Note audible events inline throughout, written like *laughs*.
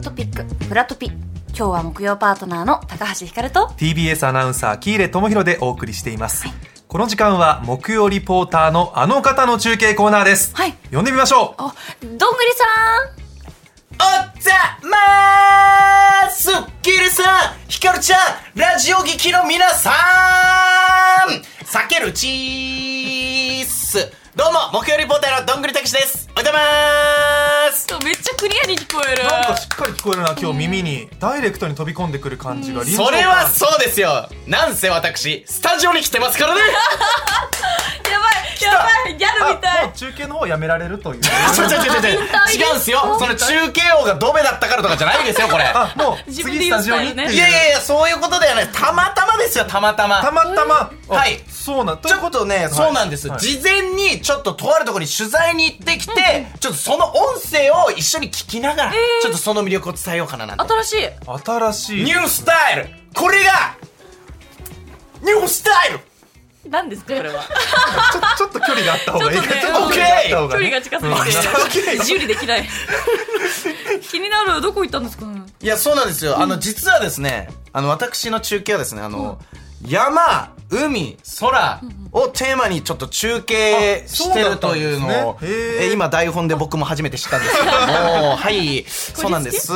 トピックフラトピ今日は木曜パートナーの高橋ひかると TBS アナウンサー喜入智弘でお送りしています、この時間は木曜リポーターのあの方の中継コーナーです、はい呼んでみましょうあどんぐりさおざまーすキルさんヒカルちゃんラジオ劇の皆さんさけるチーすどうも木曜リポーターのどんぐりたけしですおはようございますんめっちゃクリアに聞こえるなんかしっかり聞こえるな今日耳にダイレクトに飛び込んでくる感じが臨場そ感れはそうですよなんせ私スタジオに来てますからねやばいやばいギャルみたあいもう中継の方やめられる *laughs* という *laughs* ちょちょちょちょ *laughs* ちょ違うんすよその中継王がドベだったからとかじゃないですよこれあもう自分で次ス言うタスジオタイにっルてねいういやいやいやそういうことではないたまたまですよたまたまたまたま、あはいそうなんといちうょこっととね、そうなんです、はい事前にちょっととあるところに取材に行ってきて、ちょっとその音声を一緒に聞きながら、ちょっとその魅力を伝えようかななんて新しい新しいニュースタイルこれがニュースタイル何ですかこれはちょちょっと距離があった方がいちいょっとねちょっと距離があった方距が離ねが近すぎて自由にできない気になるどこ行ったんですかいやそうなんですよ、あの実はですねあの私の中継はですねあの、山海空をテーマにちょっと中継あそしてうだっるたんとでいうすねのを、へーえ今台本で僕も初めて知ったんですけども *laughs* はいそうなんです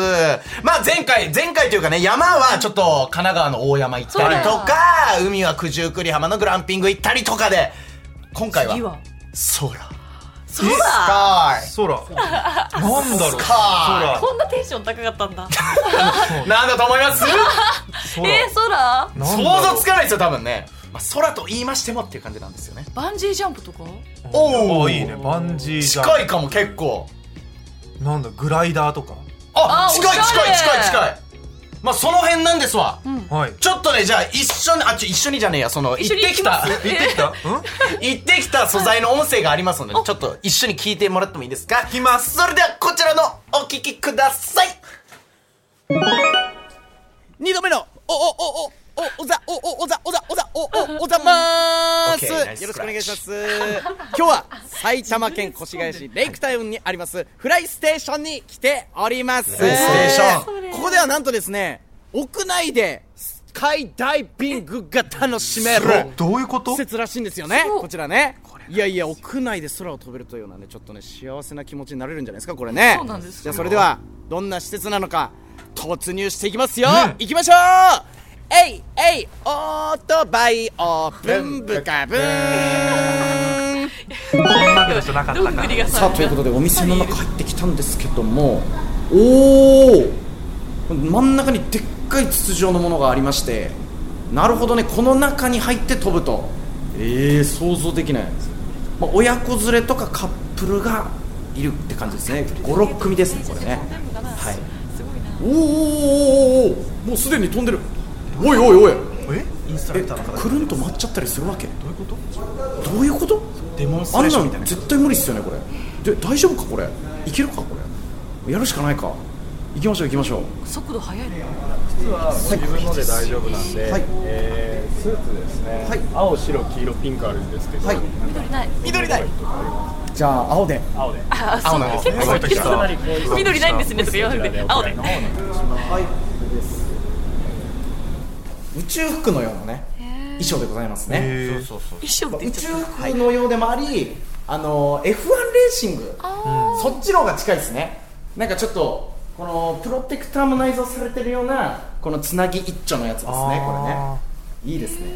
まあ前回前回というかね山はちょっと神奈川の大山行ったりとそうか海は九十九里浜のグランピング行ったりとかで今回は次空はそうだス空なんだろうスカこんなテンション高かったんだカイなんだと思います空えー、空空なんだろう想像つかないですよ多分ね、まあ、空と言いましてもっていう感じなんですよねバンジージャンプとかおあいいねバンジージャンプ近いかも結構なんだグライダーとかああ近いおしゃれ近い近い近いまあその辺なんですわ、はいちょっとねじゃあ一緒にあちょ一緒にじゃねえやその行一緒っにて行ききまたす行ってきたん *laughs* 行ってきた素材の音声がありますのでおちょっと一緒に聞いてもらってもいいですかきますそれではこちらのお聞きください二度目のおおおおおおざおおおざおざおざおおおざまーす Okay, nice よろしくお願いします今日は埼玉県越谷市レイクタウンにありますフライステーションに来ておりますフライステーションここではなんとですね屋内でスカイダイビングが楽しめるどういうこと施設らしいんですよねそうこちらねいやいや屋内で空を飛べるというようなねちょっとね幸せな気持ちになれるんじゃないですかこれねそうなんですよじゃあそれではどんな施設なのか突入していきますよ、うん行きましょうえいえいオートバイオープンブカブーンこんなことじゃなかったどかんらぐりがさあさということでお店の中入ってきたんですけどもおお真ん中にでっかい筒状のものがありましてなるほどねこの中に入って飛ぶとえー、想像できない、まあ、親子連れとかカップルがいるって感じですね56組ですねこれねはいおーおーおーおーおーもうすでに飛んでるおいおいおいえインスタえライターの方くるんと回っちゃったりするわけどういうことどういうことデモンストあレーんシなョンみたのいな絶対無理っすよねこれで大丈夫かこれいけるかこれやるしかないか行きましょう行きましょう速度速いの自分ので大丈夫なんで、はいえースーツですね、はい青白黄色ピンクあるんですけど、はい緑ない緑だじゃあ青で青であそうなんですね結構きたりこういう緑ないんですねとか言わこれちらてでお青願でいの方お願いします宇宙服のようなね衣装でございますねえそうそう衣装って言宇っち宙ゃっ服のようでもあり、あの F1 レーシングそっちの方が近いですねなんかちょっとこのプロテクターも内蔵されてるようなこのつなぎ一丁のやつですねこれねいいですね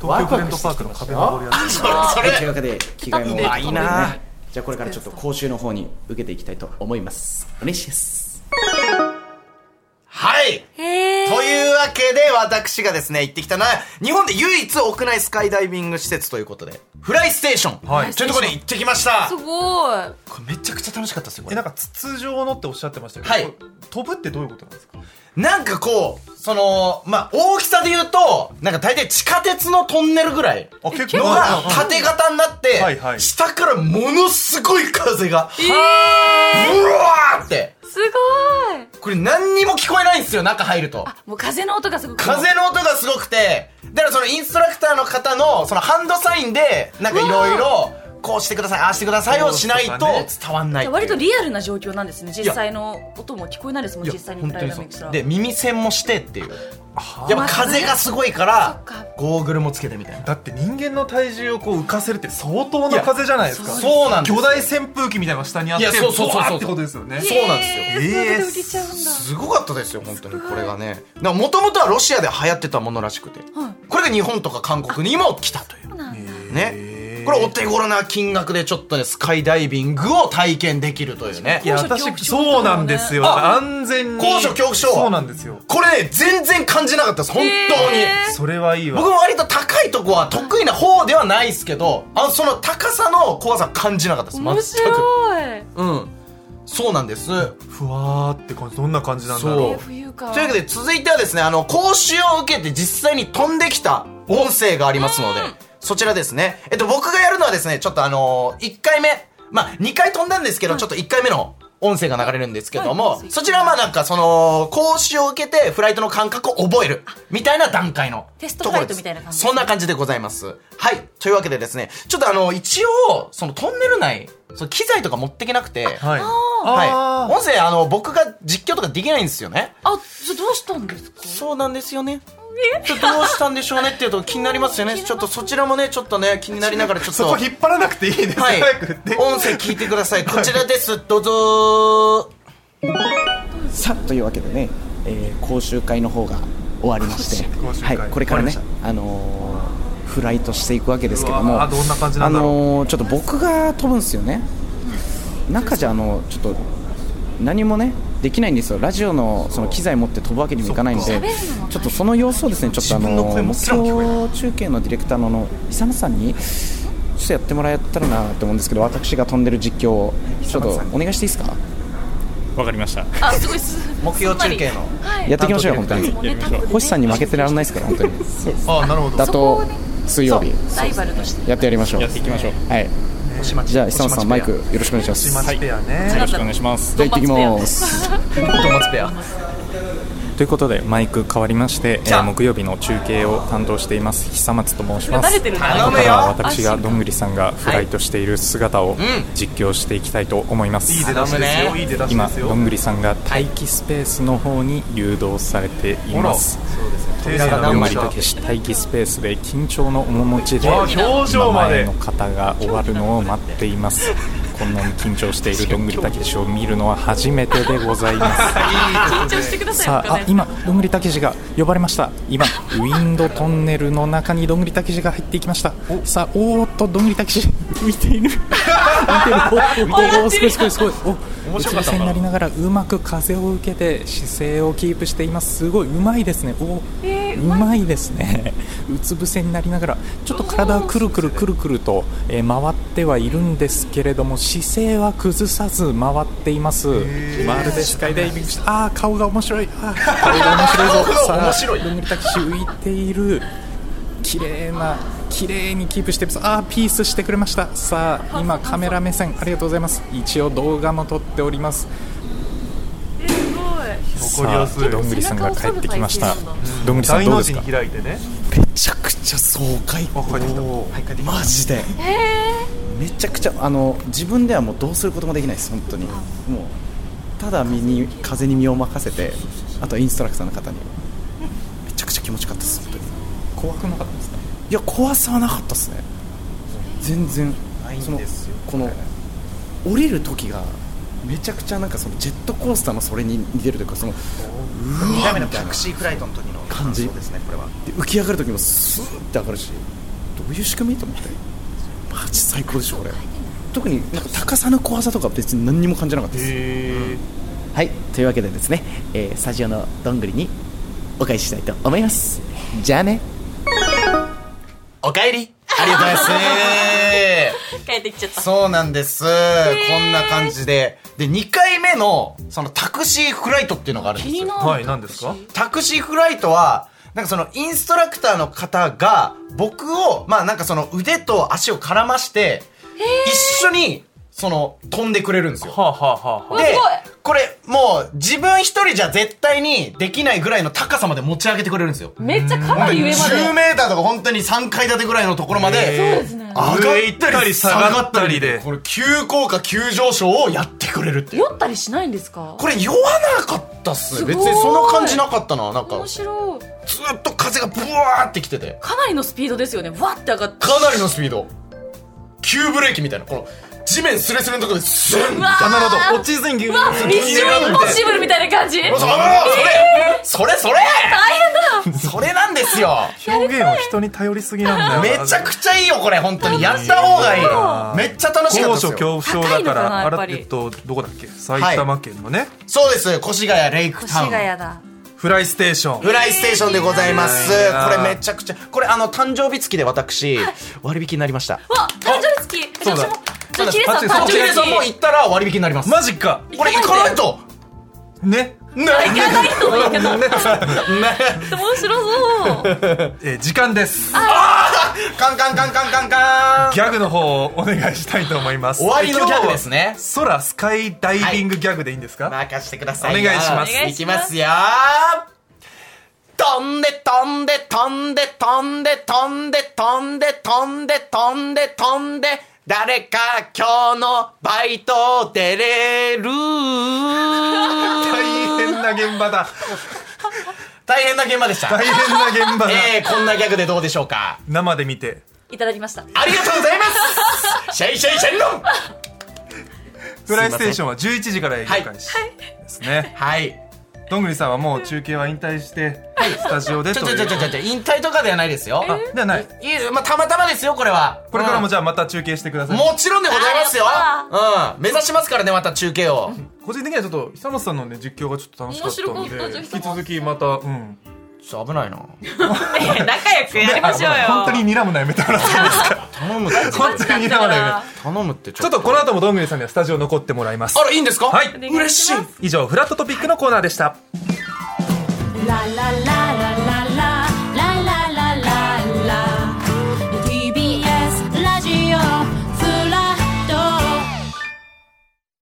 東京ブレンドパークの壁登るやつそはい、れというわけで着替えもあいいなじゃあこれからちょっと講習の方に受けていきたいと思いますお願いしますはいたへーというわけで私がですね行ってきたのは日本で唯一屋内スカイダイビング施設ということでフライステーション、はいというところに行ってきましたすごいこれめちゃくちゃ楽しかったですよこえなれんか筒状のっておっしゃってましたけど、はいこれ飛ぶってどういうことなんですかなんかこうそのまあ大きさで言うとなんか大体地下鉄のトンネルぐらいあ結のが縦型になって、はいはい下からものすごい風がえーうわーってすごいこれ何にも聞こえないんですよ中入るともう風の音がすごく風の音がすごくてだからそのインストラクターの方のそのハンドサインでなんかいろいろこうしてくださいああしてくださいをしないとそうです伝わんないっていう割とリアルな状況なんですね実際の音も聞こえないですもんいや実際にダイナミックスはで耳栓もしてっていうはやっぱ風がすごいからそっかゴーグルもつけてみたいなだって人間の体重をこう浮かせるって相当な風じゃないですかいやそうなんです巨よ大扇風機みたいなのが下にあっていやそうそうそうそうブワーってことですよねそうなんですよえーそんなことできちゃうんだすごかったですよ本当にこれがねもともとはロシアで流行ってたものらしくて、これが日本とか韓国にも来たというねこれお手頃な金額でちょっとねスカイダイビングを体験できるというねいや私高所恐怖症そうなんですよあ安全に高所恐怖症そうなんですよこれね全然感じなかったです本当に、へーそれはいいわ僕も割と高いとこは得意な方ではないですけどあのその高さの怖さ感じなかったです面白い全くうんそうなんですふわーって感じどんな感じなんだそうろえー浮遊感というわけで続いてはですねあの講習を受けて実際に飛んできた音声がありますのでそちらですねえっと僕がやるのはですねちょっとあのー、1回目まあ2回飛んだんですけど、ちょっと1回目の音声が流れるんですけども、はいそちらはまあなんかその講習を受けてフライトの感覚を覚えるみたいな段階のテストフライトみたいな感じところですそんな感じでございますはいというわけでですねちょっとあの一応そのトンネル内その機材とか持ってきなくてうはいはい、あ音声あの僕が実況とかできないんですよねあじゃあどうしたんですかそうなんですよね。ちょっとどうしたんでしょうねっていうとこ気になりますよね。ちょっとそちらもね、ちょっとね、気になりながらちーょっそと。こ引っ張らなくていいですはい早く振って。音声聞いてください。こちらです。どうぞさあというわけでね、えー講習会の方が終わりまして講習会はい、これからね終わりあのーフライトしていくわけですけどうもわーどんな感じなんだろうあのーちょっと僕が飛ぶんですよね中じゃあのちょっと何もねできないんですよラジオのその機材持って飛ぶわけにもいかないんでちょっとその様子をですねちょっとあ自分のの声もすらも聞こえない目標中継のディレクターのあの伊佐野さんにちょっとやってもらえたらなと思うんですけど私が飛んでる実況をちょっとお願いしていいですかわかりました。あすごいす目標中継のはいやっていきましょうよ本当にもうねタップでね星さんに負けてられないですから本当にあなるほどだと水曜日ライバルとしてやってやりましょうやっていきましょう。はいじゃあ久野さんマイクよろしくお願いします島じ地ペアねよろしくお願いします。ゃあ行ってきますトマツペア。ということでマイク変わりまして、えゃあー木曜日の中継を担当しています久松と申します。慣れてるなこ頼こむかよらは私がどんぐりさんがフライトしている姿を実況していきたいと思います。いい出だしです頼よむねいい出だし今ですよどんぐりさんが待機スペースの方に誘導されています。丁寧どなん表ぐりと情決して待機スペースで緊張の面持ちでわあ表情まで名前の方が終わるのを待ってい *laughs* ますこんなに緊張しているどんぐりたけしを見るのは初めてでございます緊張してくださいさああよ今どんぐりたけしが呼ばれました今ウィンドトンネルの中にどんぐりたけしが入っていきましたさあおーっとどんぐりたけし見ている見てるおおおすごいすごいすごいおうつ伏せになりながらうまく風を受けて姿勢をキープしていますすごいうまいですねおえーうまいですね *laughs* うつ伏せになりながらちょっと体はくるくるくるくると、えー回ってはいるんですけれども姿勢は崩さず回っていますまるでスカイダイビングしたああー顔が面白いあー顔が面白いぞさあどんぐりたけし浮いている綺麗な綺麗にキープしてますあーピースしてくれましたさあ今カメラ目線ありがとうございます一応動画も撮っております残りやすいさあどんぐりさんが帰ってきましたどんぐりさん大どうので字すかに開いてねめちゃくちゃ爽快あ帰ってきたマジでめちゃくちゃあの自分ではもうどうすることもできないです本当にもうただ身に風に身を任せてあとはインストラクターの方にめちゃくちゃ気持ちよかったです本当に怖くなかったですかいや怖さはなかったですね全然ないんですよこの降りる時がめちゃくちゃなんかそのジェットコースターのそれに似てるというかその2回目のタクシーフライトの時の感じそうですね、これは。で浮き上がる時もスーッて上がるしどういう仕組みと思ってマジ最高でしょこれ特になんか高さの怖さとか別に何にも感じなかったですはいというわけでですね、えースタジオのどんぐりにお返ししたいと思いますじゃあねおかえりありがとうございます。帰ってきちゃったそうなんです。こんな感じで。で、2回目の、そのタクシーフライトっていうのがあるんですよ。はい何ですかタクシーフライトは、なんかそのインストラクターの方が、僕を、まあなんかその腕と足を絡まして、一緒に、その、飛んでくれるんですよ。はあ、はあはあはあ、わすでごい、これ、もう、自分一人じゃ絶対にできないぐらいの高さまで持ち上げてくれるんですよ。めっちゃか本な当りに上まで10メーターとか本当に3階建てぐらいのところまで、そうですね上がったり下上ががっったたりりでで、これ急降下急上昇をやってくれるっていう。酔ったりしないんですかこれ酔わなかったっすすごね。い別にそんな感じなかったな。なんか面、白いずっと風がブワーってきてて、かなりのスピードですよねわって上がってかなりのスピード。急ブレーキみたいな、この、地面スレスレのところでスンうわーあなるほど落ちずにギュうわーミッションインポッシブルみたいな感じそれそれそれそれなんですよ表現を人に頼りすぎなんだめよちゃくちゃいいよこれ本当にやった方がいいめっちゃ楽しか高ったです所よ恐怖症だか高いのかならやあっぱらりえっとどこだっけ埼玉県のね、そうです越谷レイク越タウン谷だフライステーションフライステーションでございますいいなこれめちゃくちゃこれあの誕生日付きで私割引になりましたわ誕生日付きそうだ私もじゃあキレさん誕あお生きれ日さんも付き行ったら割引になりますマジかこれ行かないとねね行かないと思うけど面白 *laughs* そう *laughs* えー時間ですカンカンカンカンカンカンギャグの方をお願いしたいと思います終わりのギャグです今ね日は空スカイダイビングギャグでいいんですか、任してくださいよお願いしますお願いいきしまますすよ飛んで飛んで飛んで飛んで飛んで飛んで飛んで飛んで飛んで誰か今日のバイト出れる大変な現場だ大変な現場でした大変な現場だ、 *laughs* えー、こんなギャグでどうでしょうか生で見ていただきましたありがとうございますシェイシェイシェイロンフライステーションは11時から営業開始ですね、はいどんぐりさんはもう中継は引退して、スタジオでちょといちょうちょちょちょちょ引退とかではないですよあではないいえまあたまたまですよこれはこれからうんもじゃあまた中継してくださいもちろんでございますよあうん。目指しますからね、また中継を。個人的にはちょっと久本さんのね実況がちょっと楽しかった面白かんったでで引すき続きまたうんちょっと危ないな。仲良くやりましょうよ本当に睨むのやめてもらっていいですか頼 *laughs* むって、本当に睨むのやめて頼むってちちょょっっと。とこの後もどんぐりさんにはスタジオ残ってもらいますあら、いいんですかはいお願いします以上フラットトピックのコーナーでしたラララ